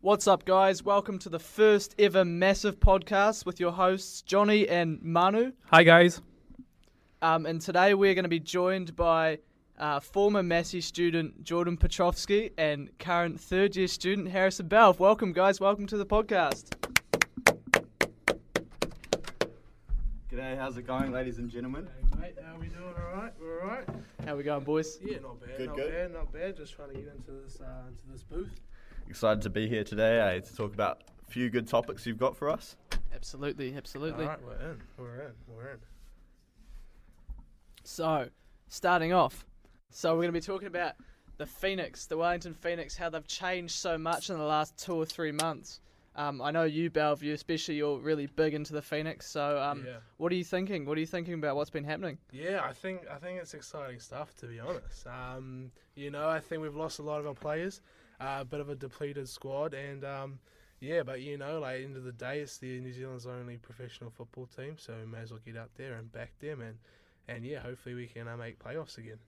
What's up, guys? Welcome to the first ever massive podcast with your hosts, Johnny and Manu. Hi guys. Um, and today we're going to be joined by uh, former Massey student Jordan Petrovsky and current third year student Harrison Balf. Welcome, guys. Welcome to the podcast. G'day, how's it going, ladies and gentlemen? Hey mate, how we doing? All right, we're all right. How we going, boys? Yeah, not bad, Good, not good. bad, not bad. Just trying to get into this uh, into this booth. Excited to be here today eh, to talk about a few good topics you've got for us. Absolutely, All absolutely. right, we're in, we're in, we're in. So, starting off, so we're going to be talking about the Phoenix, the Wellington Phoenix, how they've changed so much in the last two or three months. Um, I know you, Bellevue, especially, you're really big into the Phoenix. So, um, Yeah. what are you thinking? What are you thinking about what's been happening? Yeah, I think I think it's exciting stuff to be honest. Um, you know, I think we've lost a lot of our players, uh, a bit of a depleted squad, and um, yeah, but you know, like end of the day, it's the New Zealand's only professional football team, so we may as well get out there and back them, and and yeah, hopefully we can uh, make playoffs again.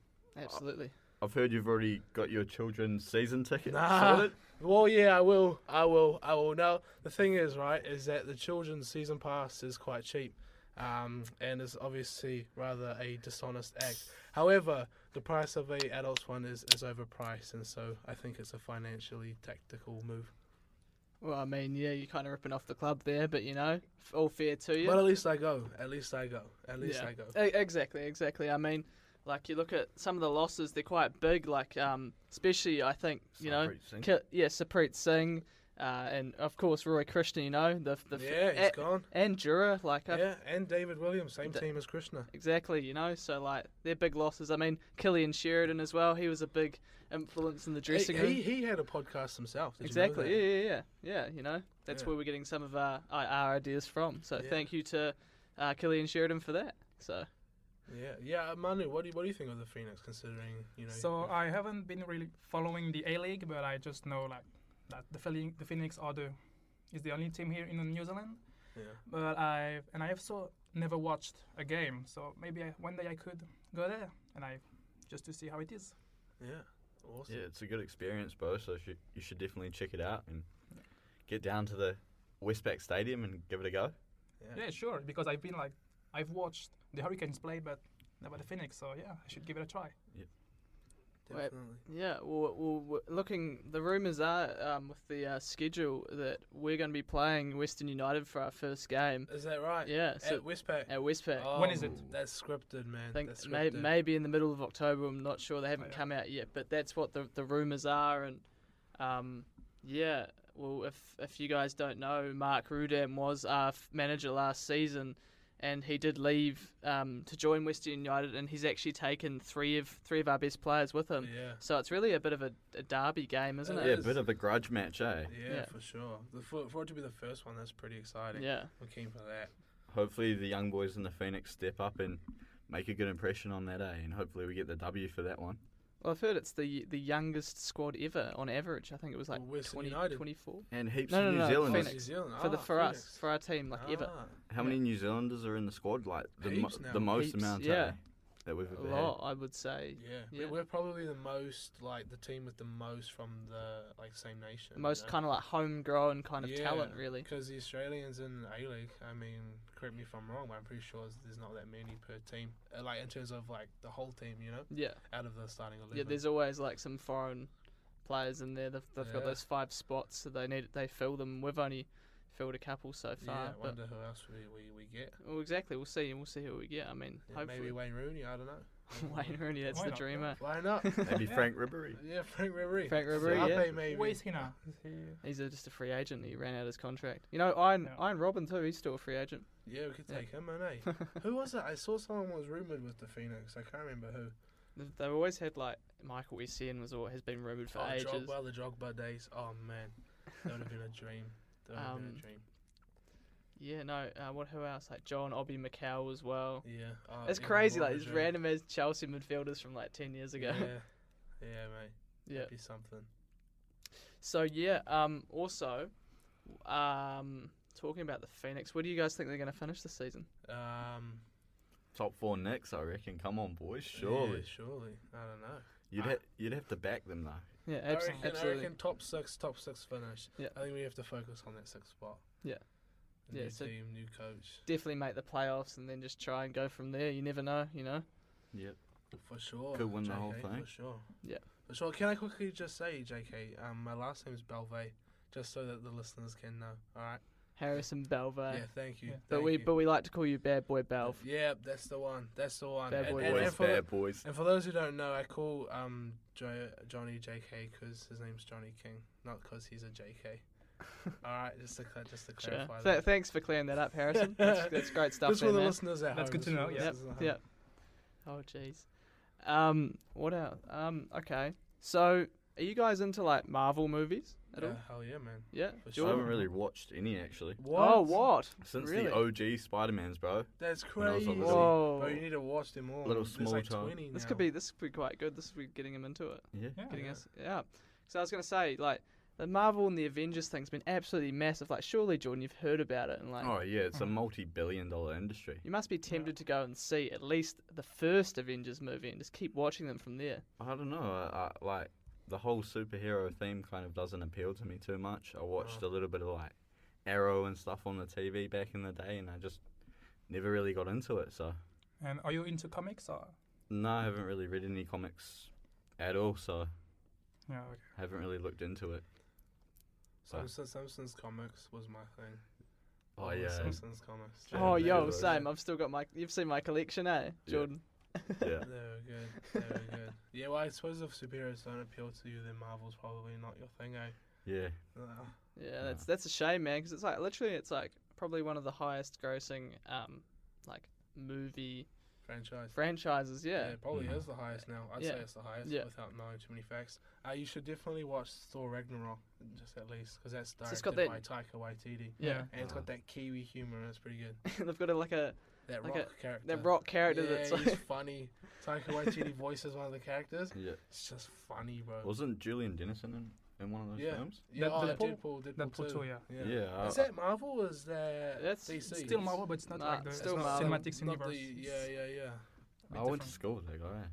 Absolutely. I've heard you've already got your children's season ticket Nah. sorted. Well, yeah, I will. I will. I will. Now, the thing is, right, is that the children's season pass is quite cheap, um, and is obviously rather a dishonest act. However, the price of a adult's one is, is overpriced, and so I think it's a financially tactical move. Well, I mean, yeah, you're kind of ripping off the club there, but you know, f- all fair to you. But at least I go. At least I go. At least I go. E- Exactly, exactly. I mean, like you look at some of the losses; they're quite big. Like, um, especially I think you know, Sarpreet Singh. Ki- yeah, Sapreet Singh, uh, and of course Roy Krishna. You know, the, the uh, Yeah, he's a- gone. and Jura. Like, I- Yeah, and David Williams, same Da- team as Krishna. exactly. You know, so like they're big losses. I mean, Killian Sheridan as well. He was a big influence in the He, dressing room. he, he had a podcast himself. Did Exactly. You know that? Yeah, yeah, yeah. Yeah, you know, that's Yeah. where we're getting some of our, our- our ideas from. So Yeah. thank you to uh, Killian Sheridan for that. So Yeah. Yeah. uh, Manu, what do you, what do you think of the Phoenix? Considering you know. So I haven't been really following the A League, but I just know like that the Philly, the Phoenix are the is the only team here in New Zealand. Yeah. But I and I also never watched a game, so maybe I, one day I could go there and I just to see how it is. Yeah. Awesome. Yeah, it's a good experience, bro, so sh- you should definitely check it out and get down to the Westpac Stadium and give it a go. Yeah. Yeah, sure, because I've been like I've watched the Hurricanes play, but never the Phoenix. So yeah, I should give it a try. Wait. yeah, well, well w- looking, the rumours are um, with the uh, schedule that we're going to be playing Western United for our first game Is that right? Yeah, so- Uh, At Westpac. at Westpac. When is Oh, it? That's scripted, man. I think that's uh, may, scripted. maybe in the middle of October. I'm not sure. They uh, haven't yeah. come out yet, but that's what the the rumours are. And um, yeah, well, if if you guys don't know, Mark Rudam was our f- manager last season, and he did leave um, to join Western United, and he's actually taken three of three of our best players with him. Yeah. So it's really a bit of a, a derby game, isn't Yeah, it? a bit of a grudge match, eh? yeah. Yeah. for sure. The, for, for it to be the first one, that's pretty exciting. Yeah. I'm keen for that. Hopefully the young boys in the Phoenix step up and make a good impression on that, eh? And hopefully we get the W for that one. Well, I've heard it's the the youngest squad ever on average. I think it was like Well, Western 20, Oh, United. Oh, 24 And heaps No, of no, New no, Zealanders. Phoenix. New Zealand. for the ah, for us Phoenix. for our team, like ever. Ah, How many New Zealanders are in the squad? Like the, mo- Heaps now. the most Heaps, amount, yeah. eh, that we've A ever had. lot, I would say. Yeah. We- Yeah. We're probably the most, like, the team with the most from the, like, same nation. The most kind of like homegrown kind of talent, really. Because the Australians in A League, I mean, correct me if I'm wrong, but I'm pretty sure there's not that many per team. Uh, Like, in terms of, like, the whole team, you know, Yeah, out of the starting 11. yeah. There's always like some foreign players in there. They've, they've got Yeah. those five spots, so they need they fill them. We've only filled a couple so Yeah, far, I but wonder who else we, we, we get. well, exactly. We'll see. We'll see who we get. I mean, Yeah, hopefully Maybe Wayne Rooney, I don't know. Wayne Rooney. That's Why the not? dreamer. Why not? Maybe Frank Ribery. yeah, Frank Ribery. Frank Ribery, yeah. Mbappe, maybe. Where is he now? Is he, He's a, just a free agent. He ran out his contract. You know, Iron Yeah. Iron Robin too. He's still a free agent. Yeah, we could Yeah. take him, eh? who was it? I saw someone was rumoured with the Phoenix. I can't remember who. They've, they've always had like Michael Essien was all has been rumored for oh, ages. Drogba, the Drogba days. Oh, man. That would have been a dream. That would have Um, been Yeah, no. Uh, what? Who else? Like John Obi Mikel as well. a dream. Yeah. Oh, It's yeah, crazy, what like a these dream. random as Chelsea midfielders from like ten years ago. Yeah. Yeah, mate. Yeah. Be something. So yeah. Um. Also, um, talking about the Phoenix, where do you guys think they're going to finish this season? Um, Top four next, I reckon. Come on, boys. yeah, Surely surely. I don't know. you'd ha- you'd have to back them though. Yeah, I abs- reckon, I absolutely. reckon top six, top six finish. Yeah. I think we have to focus on that sixth spot. Yeah. New Yeah, so- team, new coach, Definitely make the playoffs and then just try and go from there. You never know, you know. Yep. for sure. Could win the whole JK, thing. For sure. Yeah. For sure. Can I quickly just say, JK, um, my last name is Belvey, just so that the listeners can know. All right. Harrison Belva. yeah, thank you. yeah. But thank we you. but we like to call you Bad Boy Belv. Yeah, that's the one. That's the one. Bad And- boy and- boys. and Boys, for the- bad boys. And for those who don't know, I call um jo- Johnny JK because his name's Johnny King, not because he's a JK. All right, just to cla- just to Sure. clarify Th- that. thanks for clearing that up, Harrison. that's, that's great stuff Just for there, the man. listeners at That's home, good to just for know, the yeah. Yep, listeners at yep. home. Oh jeez. Um, what else? Um, okay. So, are you guys into like Marvel movies at all? Yeah, hell yeah, man. Yeah. For I sure. haven't really watched any actually What? Oh, what? since Really? the OG Spider Man's, bro. That's When I was crazy. a little- Whoa. Bro, you need to watch them all. Little There's small like child. 20 This now. could be this could be quite good. This would be getting him into it. Yeah. Yeah. Getting Yeah. us, yeah. So I was gonna say like the Marvel and the Avengers thing's been absolutely massive. Like, surely Jordan, you've heard about it, and like Oh yeah, it's a Uh-huh. Mhm. multi-billion-dollar industry. you must be tempted to go and see at least the first Avengers movie and just keep watching them from there. I don't know. I, I, like the whole superhero theme kind of doesn't appeal to me too much. I watched a little bit of like Arrow and stuff on the TV back in the day, and I just never really got into it. So And are you into comics or? no, I haven't really read any comics at all. So Yeah. Okay. haven't really looked into it. Simpsons, Simpsons comics was my thing. Oh All the yeah, Simpsons comics. Yeah, oh, they yo, were. same. I've still got my. You've seen my collection, eh, Jordan? yeah. They were good. They were good. Yeah, well, I suppose if superheroes don't appeal to you, then Marvel's probably not your thing, eh? Yeah, Uh, Yeah, that's that's a shame, man. Because it's like literally, it's like probably one of the highest grossing um like movie franchise. franchises. Yeah, it probably Mhm. is the highest now. I'd Yeah. say it's the highest Yeah. without knowing too many facts. Uh, you should definitely watch Thor Ragnarok, just at least, because that's So directed it's got by Taika Waititi. yeah. And it's Ah. got that Kiwi humor, and it's pretty good. They've got a, like a That Like rock character. that rock character Uh, yeah, that's he's like, funny. Taika Waititi voices one of the characters. yeah. It's just funny, bro. Wasn't Julian Dennison in, in one of those Yeah. films? yeah, That oh, that Deadpool- Deadpool, Deadpool, That too. too. Yeah. Yeah. uh, Is I- that Marvel? or Is that That's DC? It's still Marvel, but it's not Nah, like the it's It's still it's not- Marvel. cinematic not universe. the- yeah, yeah, yeah. I went to school with that guy.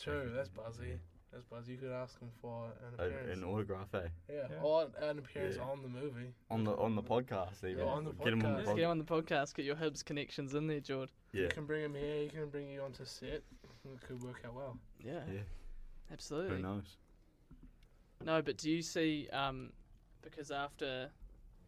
True. That's buzzy. That's buzzy. You could ask him for an An, appearance. an uh, autograph, eh? Yeah, Yeah. or an appearance Yeah. on the movie. On the on the podcast, even. on the Get him on the podcast. Let's get podcast. him on the podcast. Get your Hibs connections in there, Jordan. Yeah. You can bring him here. You can bring you onto set. It could work out well. Yeah, Yeah. Who absolutely. knows? No, but do you see? Um, because after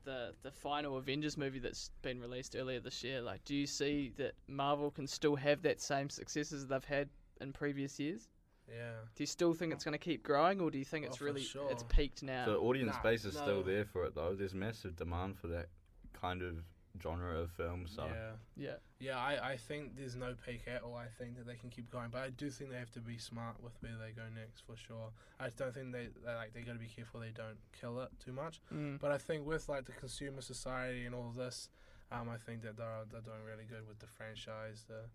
the the final Avengers movie that's been released earlier this year, like, do you see that Marvel can still have that same success as they've had in previous years? Yeah. Do you still think it's going to keep growing, or do you think Oh, it's for really it's sure. peaked now? The audience Nah, base is still no. there for it though. There's massive demand for that kind of genre of film. So Yeah. yeah, Yeah, I, I think there's no peak at all. I think that they can keep going, but I do think they have to be smart with where they go next for sure. I just don't think they, they like they got to be careful they don't kill it too much. Mm. But I think with like the consumer society and all of this, um, I think that they're they're doing really good with the franchise. The,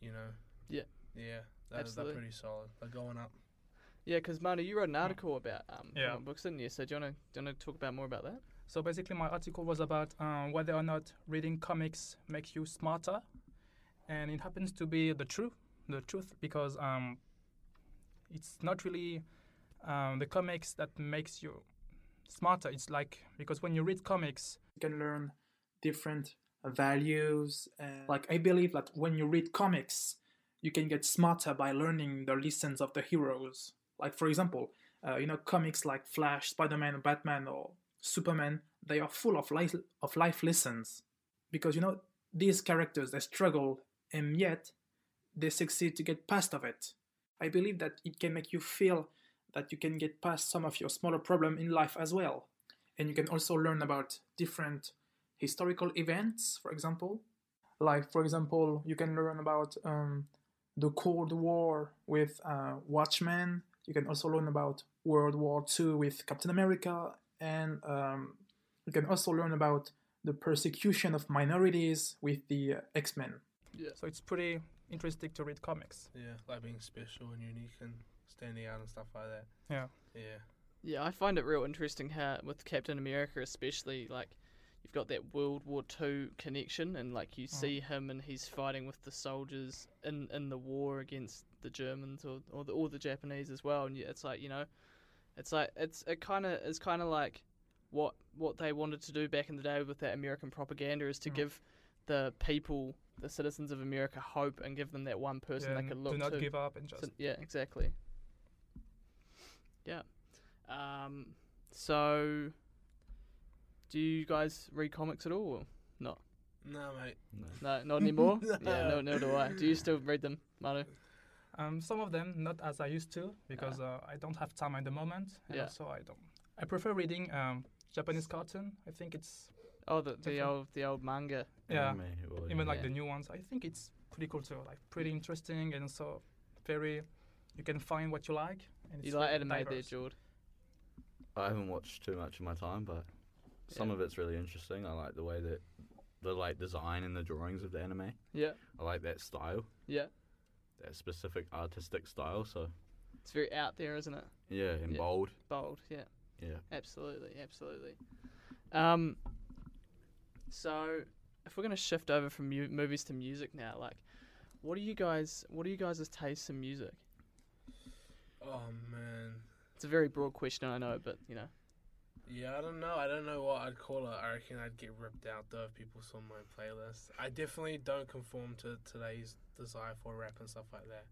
you know. Yeah. Yeah. They're, they're Absolutely. pretty solid. They're going up. yeah. Because Marty, you wrote an article about um Yeah. comic books, didn't you? So do you want to do you want to talk about more about that? So basically, my article was about um, whether or not reading comics makes you smarter, and it happens to be the truth. The truth because um, it's not really um, the comics that makes you smarter. It's like because when you read comics, you can learn different values and like i believe that when you read comics you can get smarter by learning the lessons of the heroes like for example uh, you know comics like flash spider-man batman or superman they are full of life of life lessons because you know these characters they struggle and yet they succeed to get past of it i believe that it can make you feel that you can get past some of your smaller problem in life as well and you can also learn about different historical events for example like for example you can learn about um, the cold war with uh, watchmen you can also learn about world war ii with captain america and um, you can also learn about the persecution of minorities with the uh, X Men. So it's pretty interesting to read comics. Yeah, like being special and unique and standing out and stuff like that. Yeah. Yeah. Yeah, I find it real interesting how with Captain America, especially like you've got that World War Two connection, and like Mm. you see him and he's fighting with the soldiers in in the war against the Germans or or the, or the Japanese as well, and you- it's like you know, it's like it's it kind of it's kind of like what what they wanted to do back in the day with that American propaganda is to Mm. give the people, the citizens of America, hope and give them that one person Yeah, they could and look do not to. give up and just So- yeah, exactly. Yeah. Um, so, do you guys read comics at all? No, mate. No. No, not anymore. yeah, no, No. no, do I. Do you still read them, Manu? Um, some of them not as I used to because uh, I don't have time at the moment, and Yeah. also I don't. I prefer reading um, Japanese cartoon. I think it's Oh, the, the Different. old the old manga. yeah, Anime, it would, even like yeah. the new ones. I think it's pretty cool too, like pretty interesting and so very. You can find what you like. And You it's like very anime there, diverse. Jord? I haven't watched too much of my time, but some Yeah. of it's really interesting. I like the way that the like design and the drawings of the anime. Yeah, I like that style, yeah. that specific artistic style. So It's very out there, isn't it? yeah, and Yeah. bold. Bold. Yeah, Yeah. absolutely, absolutely. Um, so if we're gonna shift over from mu- movies to music now, like, what do you guys? What are you guys' tastes in music? Oh man. It's a very broad question, I know, but you know. Yeah, I don't know. I don't know what I'd call it. I reckon I'd get ripped out though if people saw my playlist. I definitely don't conform to today's desire for rap and stuff like that.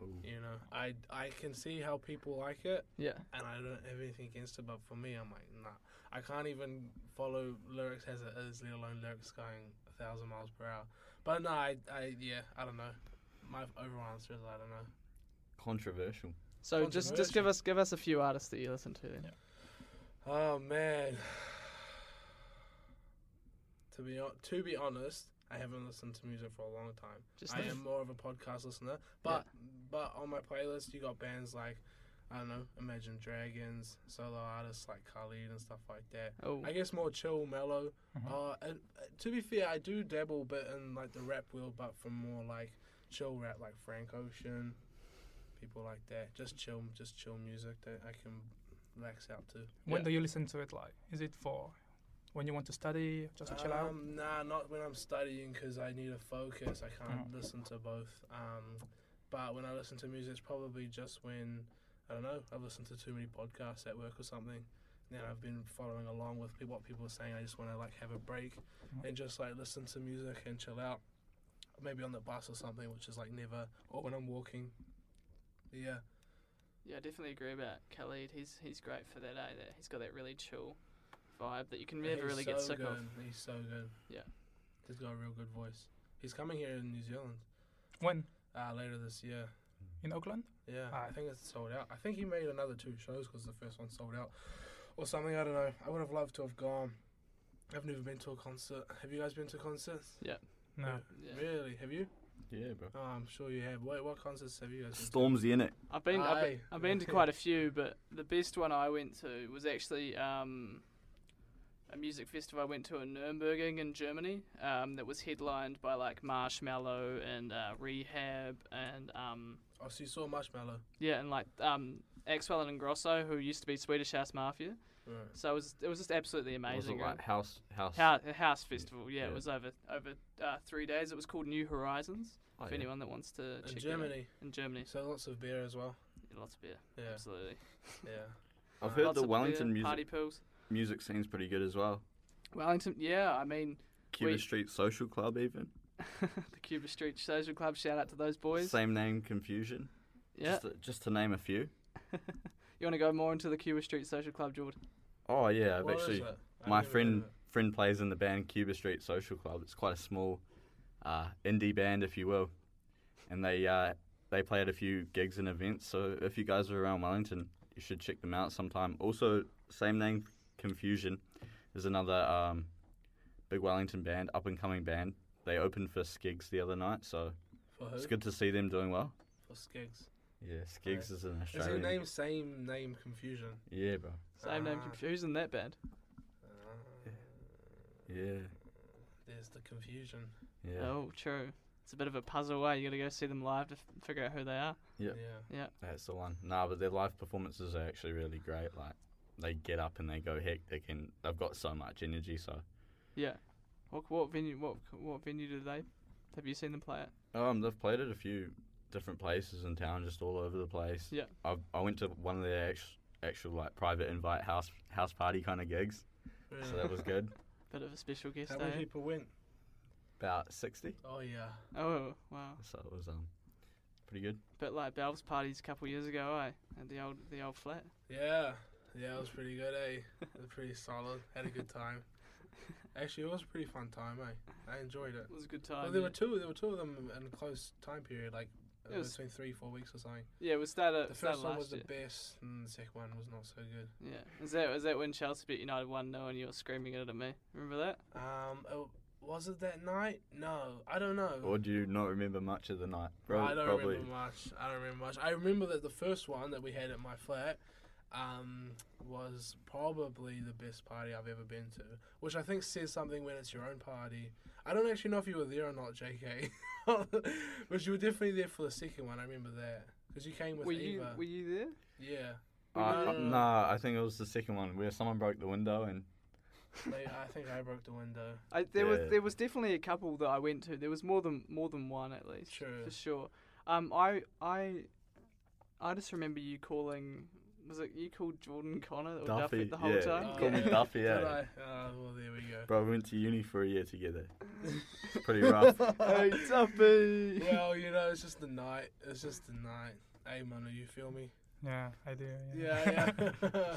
Ooh. You know, I I can see how people like it, Yeah. and I don't have anything against it. But for me, I'm like, nah. I can't even follow lyrics as it is, let alone lyrics going a thousand miles per hour. But no, I, I yeah, I don't know. My overall answer is I don't know. Controversial. So just just give Controversial. us give us a few artists that you listen to. Then. Oh man. To be hon- to be honest, I haven't listened to music for a long time. Just I the- am more of a podcast listener, but but on my playlist you got bands like I don't know, Imagine Dragons, solo artists like Khalid and stuff like that. Oh, I guess more chill, mellow. Mhm. Uh, and, uh, to be fair, I do dabble a bit in like the rap world, but from more like chill rap, like Frank Ocean, people like that. Just chill, just chill music that I can relax out to. When Yeah. do you listen to it? Like, is it for when you want to study, just to chill out? Um, nah, not when I'm studying because I need to focus. I can't Mm. listen to both. Um, but when I listen to music, it's probably just when I don't know. I've listened to too many podcasts at work or something. Then I've been following along with pe- what people are saying. I just want to like have a break Mm. and just like listen to music and chill out. Maybe on the bus or something, which is like never, or when I'm walking. Yeah, yeah, I definitely agree about Khalid. He's he's great for that. Eh? That he's got that really chill vibe that you can never He's really get so sick good. of. He's so good. Yeah. he's got a real good voice. He's coming here in New Zealand When uh, later this year. in Auckland? Yeah, Ah. I think it's sold out. I think he made another two shows because the first one sold out or something. I don't know. I would have loved to have gone. I've never been to a concert. Have you guys been to concerts? No. Yeah. Really? Have you? Yeah, bro. Oh, I'm sure you have. Wait, what concerts have you guys been Stormzy in it. I've been I've, been- Aye. I've been to quite a few, but the best one I went to was actually um, a music festival I went to in Nuremberg in Germany. Um, that was headlined by like Marshmallow and uh, Rehab and um, to? Oh, so you saw Marshmallow. yeah, and like um, Axwell and Grosso, who used to be Swedish House Mafia. Right. So it was it was just absolutely amazing. Was it like house house? House, house festival, yeah, it Yeah. was over over uh, three days. It was called New Horizons. Oh, for yeah. anyone that wants to check In it out. Germany. in Germany, So lots of beer as well. lots of beer, Yeah. absolutely. Yeah. I've Uh, heard Lots the of beer, Wellington music party pills. music scene's pretty good as well. Wellington, yeah, I mean Cuba Wait. Street Social Club, even the Cuba Street Social Club. Shout out to those boys. same name confusion. yeah, Just to, just to name a few. you want to go more into the Cuba Street Social Club, Jordan? Oh yeah, I've What is actually it? I've my never heard friend of it. friend plays in the band Cuba Street Social Club. It's quite a small uh, indie band, if you will, and they uh, they play at a few gigs and events. So if you guys are around Wellington, you should check them out sometime. Also, same name Confusion is another um, big Wellington band, up and coming band. They opened for Skigs the other night, so For who? it's good to see them doing well. For Skigs. Yeah, Skiggs is an Is his Australian. name same name confusion? Yeah, bro. Same name Ah. confusion that bad. Uh, Yeah, There's the confusion. yeah. Oh, true. It's a bit of a puzzle way. You got to go see them live to f- figure out who they are. Yep. Yeah. That's the one. Nah, but their live performances are actually really great. Like, they get up and they go hectic, and they've got so much energy. So, Yeah. What what venue what what venue do they? Have you seen them play at? um, they've played at a few different places in town, just all over the place. Yeah. I I went to one of their actual, actual like private invite house house party kind of gigs, so that was good. Bit of a special guest eh? How day. many people went? About sixty, Oh yeah. Oh wow. so it was um, pretty good. Bit like Valve's parties a couple years ago, eh? At the old the old flat. Yeah. Yeah, it was pretty good, eh? It was pretty solid. Had a good time. Actually, it was a pretty fun time, eh? I enjoyed it. It was a good time. Well, there yeah. were two. There were two of them in a close time period, like uh, It was- between three, four weeks or something. yeah, we started. The started first one last was the year. best, and the second one was not so good. Yeah. Is that is that when Chelsea beat United one 0 and you were screaming it at me? Remember that? Um, it, was it that night? No, I don't know. Or do you not remember much of the night? Prob- I don't probably. remember much. I don't remember much. I remember that the first one that we had at my flat um, was probably the best party I've ever been to, which I think says something when it's your own party. I don't actually know if you were there or not, JK, but you were definitely there for the second one. I remember that because you came with Were Eva. you were you there? yeah, Uh, No, no, no, no. nah, I think it was the second one where someone broke the window and Mate, I think I broke the window. I, there was Yeah. there was definitely a couple that I went to. There was more than more than one at least Sure. for sure. Um, I I I just remember you calling. Was it you called Jordan Connor or Oh, Duffy, Duffy, the whole yeah. time? Call me Duffy, Did eh? I? Ah, well, there we go. bro, we went to uni for a year together. It's pretty rough. hey Duffy. well, you know, it's just the night. It's just the night. Hey, Manu, you feel me? Yeah, I do. Yeah, yeah.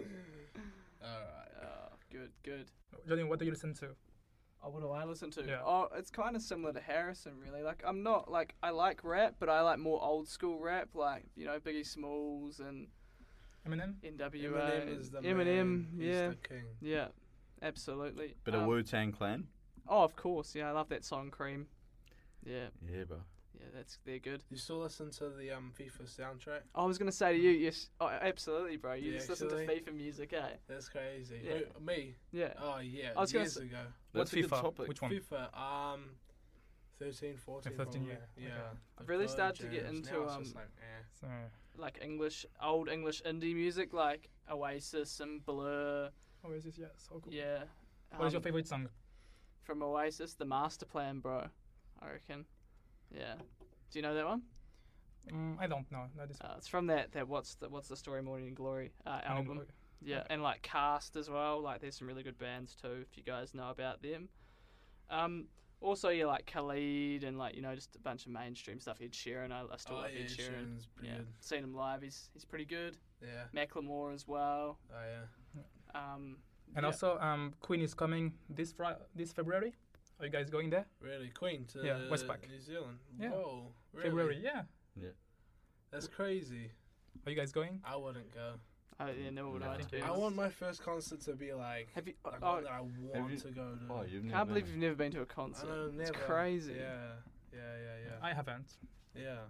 Alright. Oh, good, good. Johnny, what do you listen to? Oh, what do I listen to? Yeah. Oh, it's kind of similar to Harrison, really. Like, I'm not like I like rap, but I like more old school rap, like you know Biggie Smalls and Eminem? N.W.A. Eminem and is the uh, Eminem, man. yeah, He's the king. yeah, absolutely. Bit Um, of Wu Tang Clan. Oh, of course. Yeah, I love that song, Cream. Yeah, Yeah, bro. yeah, that's they're good. You still listen to the um, FIFA soundtrack? I was gonna say to you, yes, oh, absolutely, bro. You Yeah, just listen to actually. FIFA music, eh? That's crazy. Yeah. Who- me? Yeah. Uh, Oh yeah. I was gonna years say- ago. What's That's a good FIFA? topic. Which one? FIFA. Um, 13, 14. 13, probably. yeah. Yeah. Okay. I've really The started to get jams. into, Now it's just um, like, eh. So, Like English, old English indie music, like Oasis and Blur. Oasis, oh, yeah, so cool. Yeah. What is your um, favorite song? From Oasis, The Master Plan, bro. I reckon. Yeah. Do you know that one? Mm, I don't know. Not this Uh, it's from that that what's the what's the story Morning in Glory uh, one. album. Yeah, Okay. and like Cast as well. Like, there's some really good bands too, if you guys know about them. Um, also, yeah, like Khalid and like you know just a bunch of mainstream stuff. Ed Sheeran, I, I still Oh like yeah. Ed Sheeran. Sharon's pretty Yeah, good. seen him live. He's he's pretty good. Yeah. Macklemore as well. Oh yeah. Um, And yeah. also, um, Queen is coming this Fri this February. Are you guys going there? Really, Queen to Yeah, Westpac. New Zealand. Yeah. Whoa, really? February, yeah. That's crazy. Are you guys going? I wouldn't go. oh, yeah, never would Yeah. I. To be I I honest. want my first concert to be like, Have you? like Oh, one that I Have you- want to go to. Oh, you've can't never believe been. you've never been to a I concert. know, it's never. crazy. Yeah, yeah, yeah, I haven't yeah. Yeah.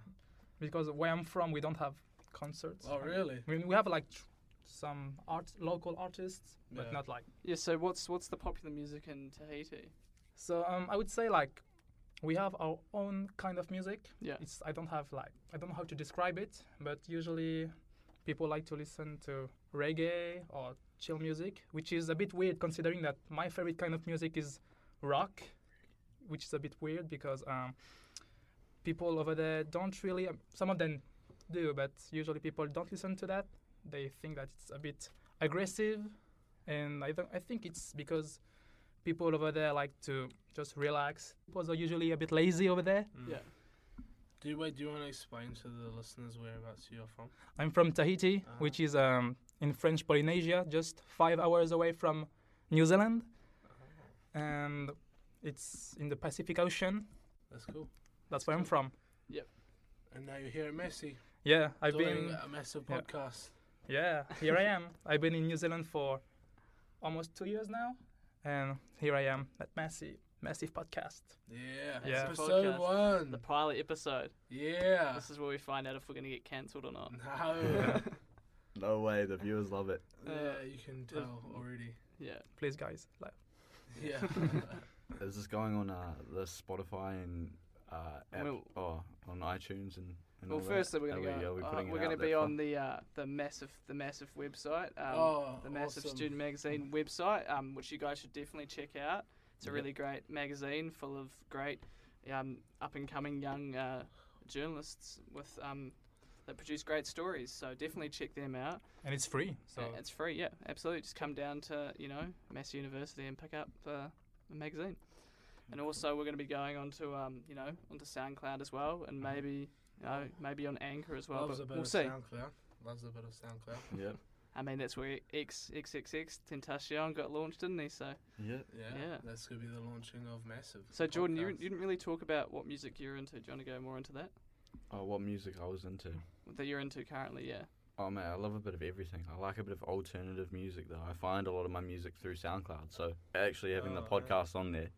because where I'm from, we don't have concerts. Oh, really? I mean, we have like tr- some art, local artists, but Yeah. not like. Yeah. So what's what's the popular music in Tahiti? So um, I would say like we have our own kind of music. Yeah. It's I don't have like I don't know how to describe it, but usually people like to listen to reggae or chill music, which is a bit weird considering that my favorite kind of music is rock, which is a bit weird because um, people over there don't really um, some of them do, but usually people don't listen to that. They think that it's a bit aggressive, and I don't, I think it's because people over there like to just relax. People are usually a bit lazy over there. Mm. Yeah. Do you, wait, do you want to explain to the listeners whereabouts you're from? I'm from Tahiti, Ah. which is um, in French Polynesia, just five hours away from New Zealand, and it's in the Pacific Ocean. That's cool. That's where I'm from. And now you're here at Messi. Yeah, I've doing been. a massive yeah. podcast. Yeah, here I am. I've been in New Zealand for almost two years now, and here I am at Massey. massive podcast. Yeah. Yeah. Episode Podcast. The one. pilot episode. Yeah. This is where we find out if we're going to get cancelled or Mm. not. No. No way, the viewers love it. yeah, you can tell already. Yeah. Please, guys, like, Yeah. Um, Is this going on uh, the Spotify and uh, app Well- or on iTunes and, and Well, all firstly, that? we're going Are to we- are go. we uh, putting it we're out going to that be far? on the uh, the massive the massive website. Um, oh, the Massive awesome. Student Magazine website, um, which you guys should definitely check out. It's a Yep. really great magazine full of great um, up and coming young uh, journalists with um, that produce great stories. So definitely check them out. and it's free. So So it's free, yeah, absolutely. Just come down to you know Mass University and pick up uh, the magazine. And also, we're going to be going onto um, you know onto SoundCloud as well, and maybe you know maybe on Anchor as well. Uh-huh. Loves a but bit we'll of see. SoundCloud. Loves a bit of SoundCloud. Yep, I mean, that's where X XXX Tentacion got launched, didn't he? So yep. Yeah. Yeah. That's gonna be the launching of Massive. So Jordan, you, podcast. you didn't really talk about what music you're into. Do you want to go more into that? Oh, what music I was into. That you're into currently, yeah. Oh man, I love a bit of everything. I like a bit of alternative music though. I find a lot of my music through SoundCloud, so actually having the Oh, yeah. podcast on there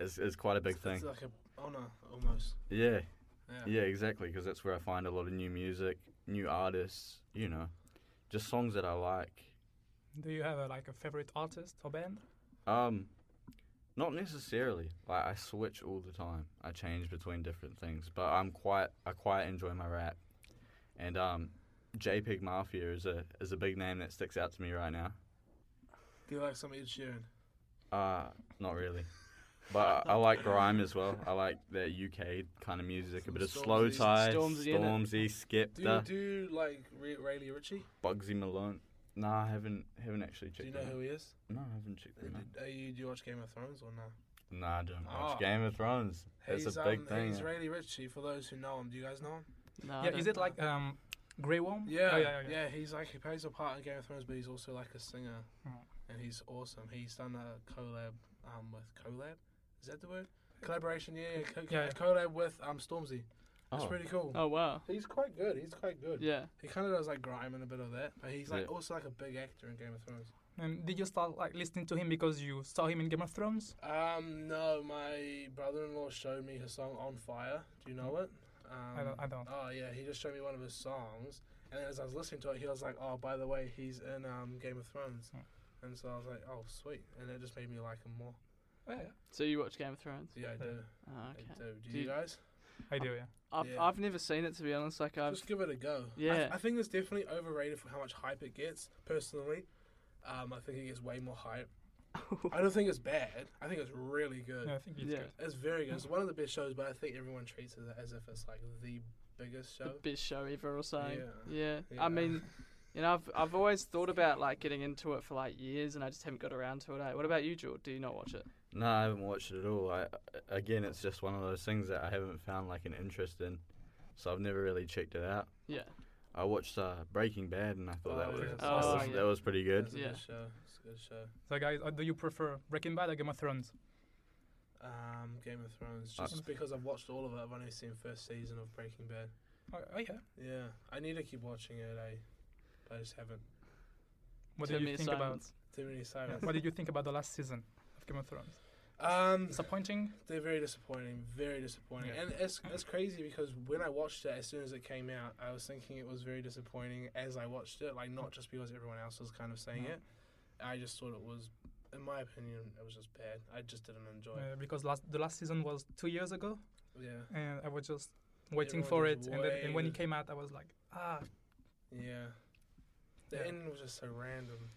is is quite a big It's- thing. It's like a honor almost. yeah, Yeah. yeah, exactly, because that's where I find a lot of new music, new artists, you know, just songs that I like. do you have a, like a favorite artist or band? Um, not necessarily. Like I switch all the time. I change between different things, but I'm quite I quite enjoy my rap. And um, JPEG Mafia is a is a big name that sticks out to me right now. Do you like some Ed Sheeran? Uh, not really. But I I like grime as well. I like that UK kind of music, a Some bit of slow Stormzy- tie, Stormzy Stormzy, in it. Do you Skepta, do you like Ray- Rayleigh Ritchie? Bugsy Malone. Nah, I haven't haven't actually Do you checked. know them who he is? out. No, I haven't checked. Them out. Did- Are you do you watch Game of Thrones or no? Nah, I don't watch Ah. Game of Thrones. That's he's, a big um, thing. He's Rayleigh Ritchie. For those who know him, do you guys know him? No, I yeah, is don't- it like um, Grey Worm? Yeah, Oh, yeah, He's like he plays a part in Game of Thrones, but he's also like a singer, Mm. and he's awesome. He's done a collab um with collab. Is that the word? Collaboration. Yeah, yeah. Co- Yeah, yeah. Collab with um Stormzy. It's Oh. pretty cool. Oh wow. He's quite good. He's quite good. Yeah. He kind of does like grime and a bit of that, but he's like Yeah. also like a big actor in Game of Thrones. And did you start like listening to him because you saw him in Game of Thrones? Um, no, my brother-in-law showed me his song "On Fire." Do you know it? Um, I don't. I don't. Oh yeah, he just showed me one of his songs, and as I was listening to it, he was like, "Oh, by the way, he's in um, Game of Thrones," Hmm. and so I was like, "Oh, sweet," and it just made me like him more. Oh, Yeah, So you watch Game of Thrones? So, yeah, I Hmm. do. Oh, I okay. do. Do, Do you you- guys? I do. Yeah. I've Yeah. I've never seen it to be honest. Like I've Just give it a go. I th- Um, Yeah. I, think it's definitely overrated for how much hype it gets. Personally, um, I think it gets way more hype. I don't think it's bad. I think it's really good. No, I think it's yeah. good. It's very good. It's one of the best shows, but I think everyone treats it as if it's like the biggest the show. best show ever or something. Yeah. Yeah. I mean, you know, I've I've always thought about like getting into it for like years, and I just haven't got around to it. Eh? What about you, George? Do you not watch it? No, I haven't watched it at all. I again, it's just one of those things that I haven't found like an interest in, so I've never really checked it out. Yeah. I watched uh, Breaking Bad, and I thought that Oh, was yeah. that, was Oh, yeah. that was pretty good. It's a Yeah. good show. It's a good show. So, guys, uh, do you prefer Breaking Bad or Game of Thrones? Um, Game of Thrones. Uh, Just because I've watched all of it, I've only seen first season of Breaking Bad. Oh, oh yeah. Yeah, I need to keep watching it. I, but I just haven't. What Too did you many think about? assignments. Too many yeah, silence. What did you think about the last season of Game of Thrones? Um, Disappointing. they're very disappointing. Very disappointing. Yeah. And it's it's crazy because when I watched it, as soon as it came out, I was thinking it was very disappointing. As I watched it, like not just because everyone else was kind of saying Mm. it, I just thought it was, in my opinion, it was just bad. I just didn't enjoy. it. Uh, because last the last season was two years ago, Yeah. and I was just waiting Everyone for it, just and, then, and when it waited. came out, I was like, ah, Yeah. The Yeah. ending was just so random.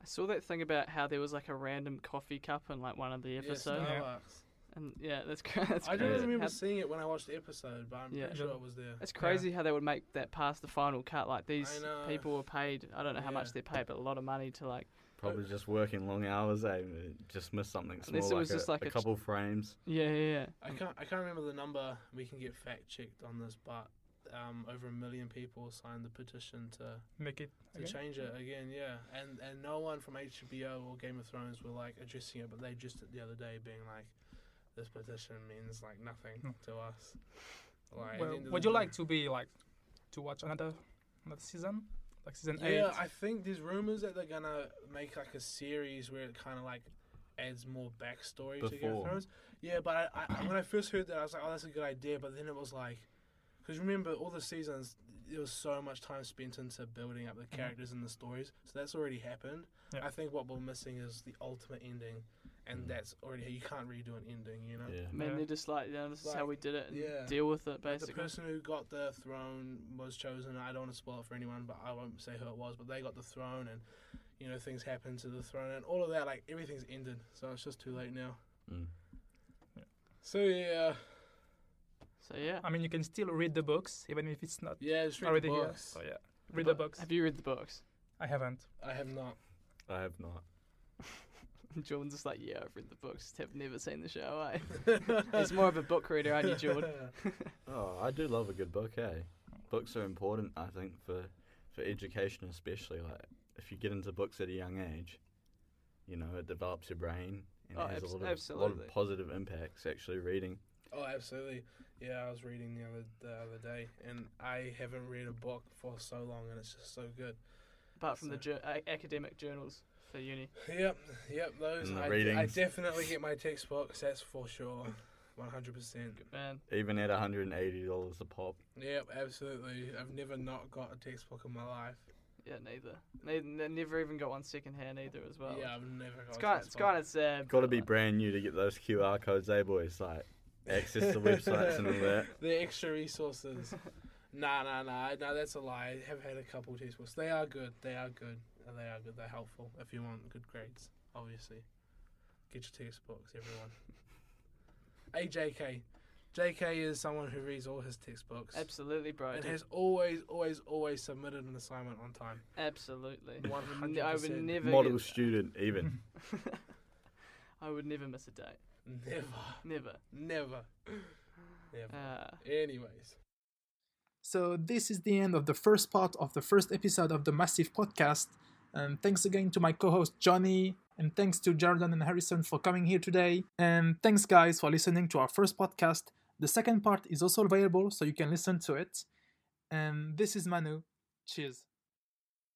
I saw that thing about how there was like a random coffee cup in like one of the Yeah, episodes, Starbucks. and yeah, that's cra- that's I don't crazy. remember How- seeing it when I watched the episode, but I'm Yeah. pretty sure it was there. It's crazy how they would make that past the final cut. Like these know. people were paid. I don't know how Yeah. much they're paid, but a lot of money to like. Probably just working long hours. I just missed something small, Unless it like, was a, just like a a ch- couple frames. Yeah, yeah, yeah. I can't I can't remember the number. We can get fact checked on this, but um, over a million people signed the petition to, make it. to again. change it again. Yeah, and and no one from HBO or Game of Thrones were like addressing it, but they addressed it the other day, being like, this petition means like nothing to us. Like, at the Hmm. Well, end of would the you day- like to be like to watch another another season, like season eight? Yeah, I think there's rumors that they're gonna make like a series where it kind of like adds more backstory to Game of Before. Thrones. Yeah, but I, I, when I first heard that, I was like, oh, that's a good idea. But then it was like, because remember, all the seasons, there was so much time spent into building up the Mm-hmm. characters and the stories. So that's already happened. Yeah. I think what we're missing is the ultimate ending, and Mm. that's already you can't redo an ending, you know. Yeah. I mean, Yeah. they're just like, you know, this is how Like, we did it and yeah. deal with it, Like, basically. The person who got the throne was chosen. I don't want to spoil it for anyone, but I won't say who it was. But they got the throne, and you know things happened to the throne, and all of that. Like everything's ended, so it's just too late now. Mm. So yeah, So, yeah. I mean, you can still read the books even if it's not yeah, just read already the here. books. So yeah, read the But books. Have you read the books? I haven't. I have not. I have not. Jordan's just like, yeah, I've read the books. Have never seen the show, eh? He's more of a book reader, aren't you, Jordan? Oh, I do love a good book, eh? Books are important, I think, for for education especially. Like, if you get into books at a young age, you know, it develops your brain and Oh, it has abs- a lot of a lot absolutely. of positive impacts. Actually, reading. Oh, absolutely. Yeah, I was reading the other the other day, and I haven't read a book for so long, and it's just so good. Apart from the So- jour- a- academic journals for uni. Yep, yep. Those And the I, I readings. definitely get my textbooks. That's for sure, one hundred percent. Man, Even at one hundred and eighty dollars a pop, Yep, absolutely. I've never not got a textbook in my life. yeah, neither. They, they never even got one second hand either, as well. yeah, I've never got. It's a kind, it's textbook. kind of sad. got to but, be like, brand new to get those QR codes, eh, boys? Like, access the websites and all that. The extra resources. nah, nah, nah. No, that's a lie. I have had a couple textbooks. They are good. They are good. And they are good. They're helpful if you want good grades. Obviously, get your textbooks, everyone. AJK, JK is someone who reads all his textbooks Absolutely, bro. and dude, has always, always, always submitted an assignment on time. Absolutely. I would ne- I 100%. would never. Model get- student, even. I would never miss a day. Never, Never. never, never. Uh, Anyways. So, this is the end of the first part of the first episode of the Massive Podcast. And thanks again to my co host Johnny. And thanks to Jordan and Harrison for coming here today. And thanks, guys, for listening to our first podcast. The second part is also available, so you can listen to it. And this is Manu. Cheers.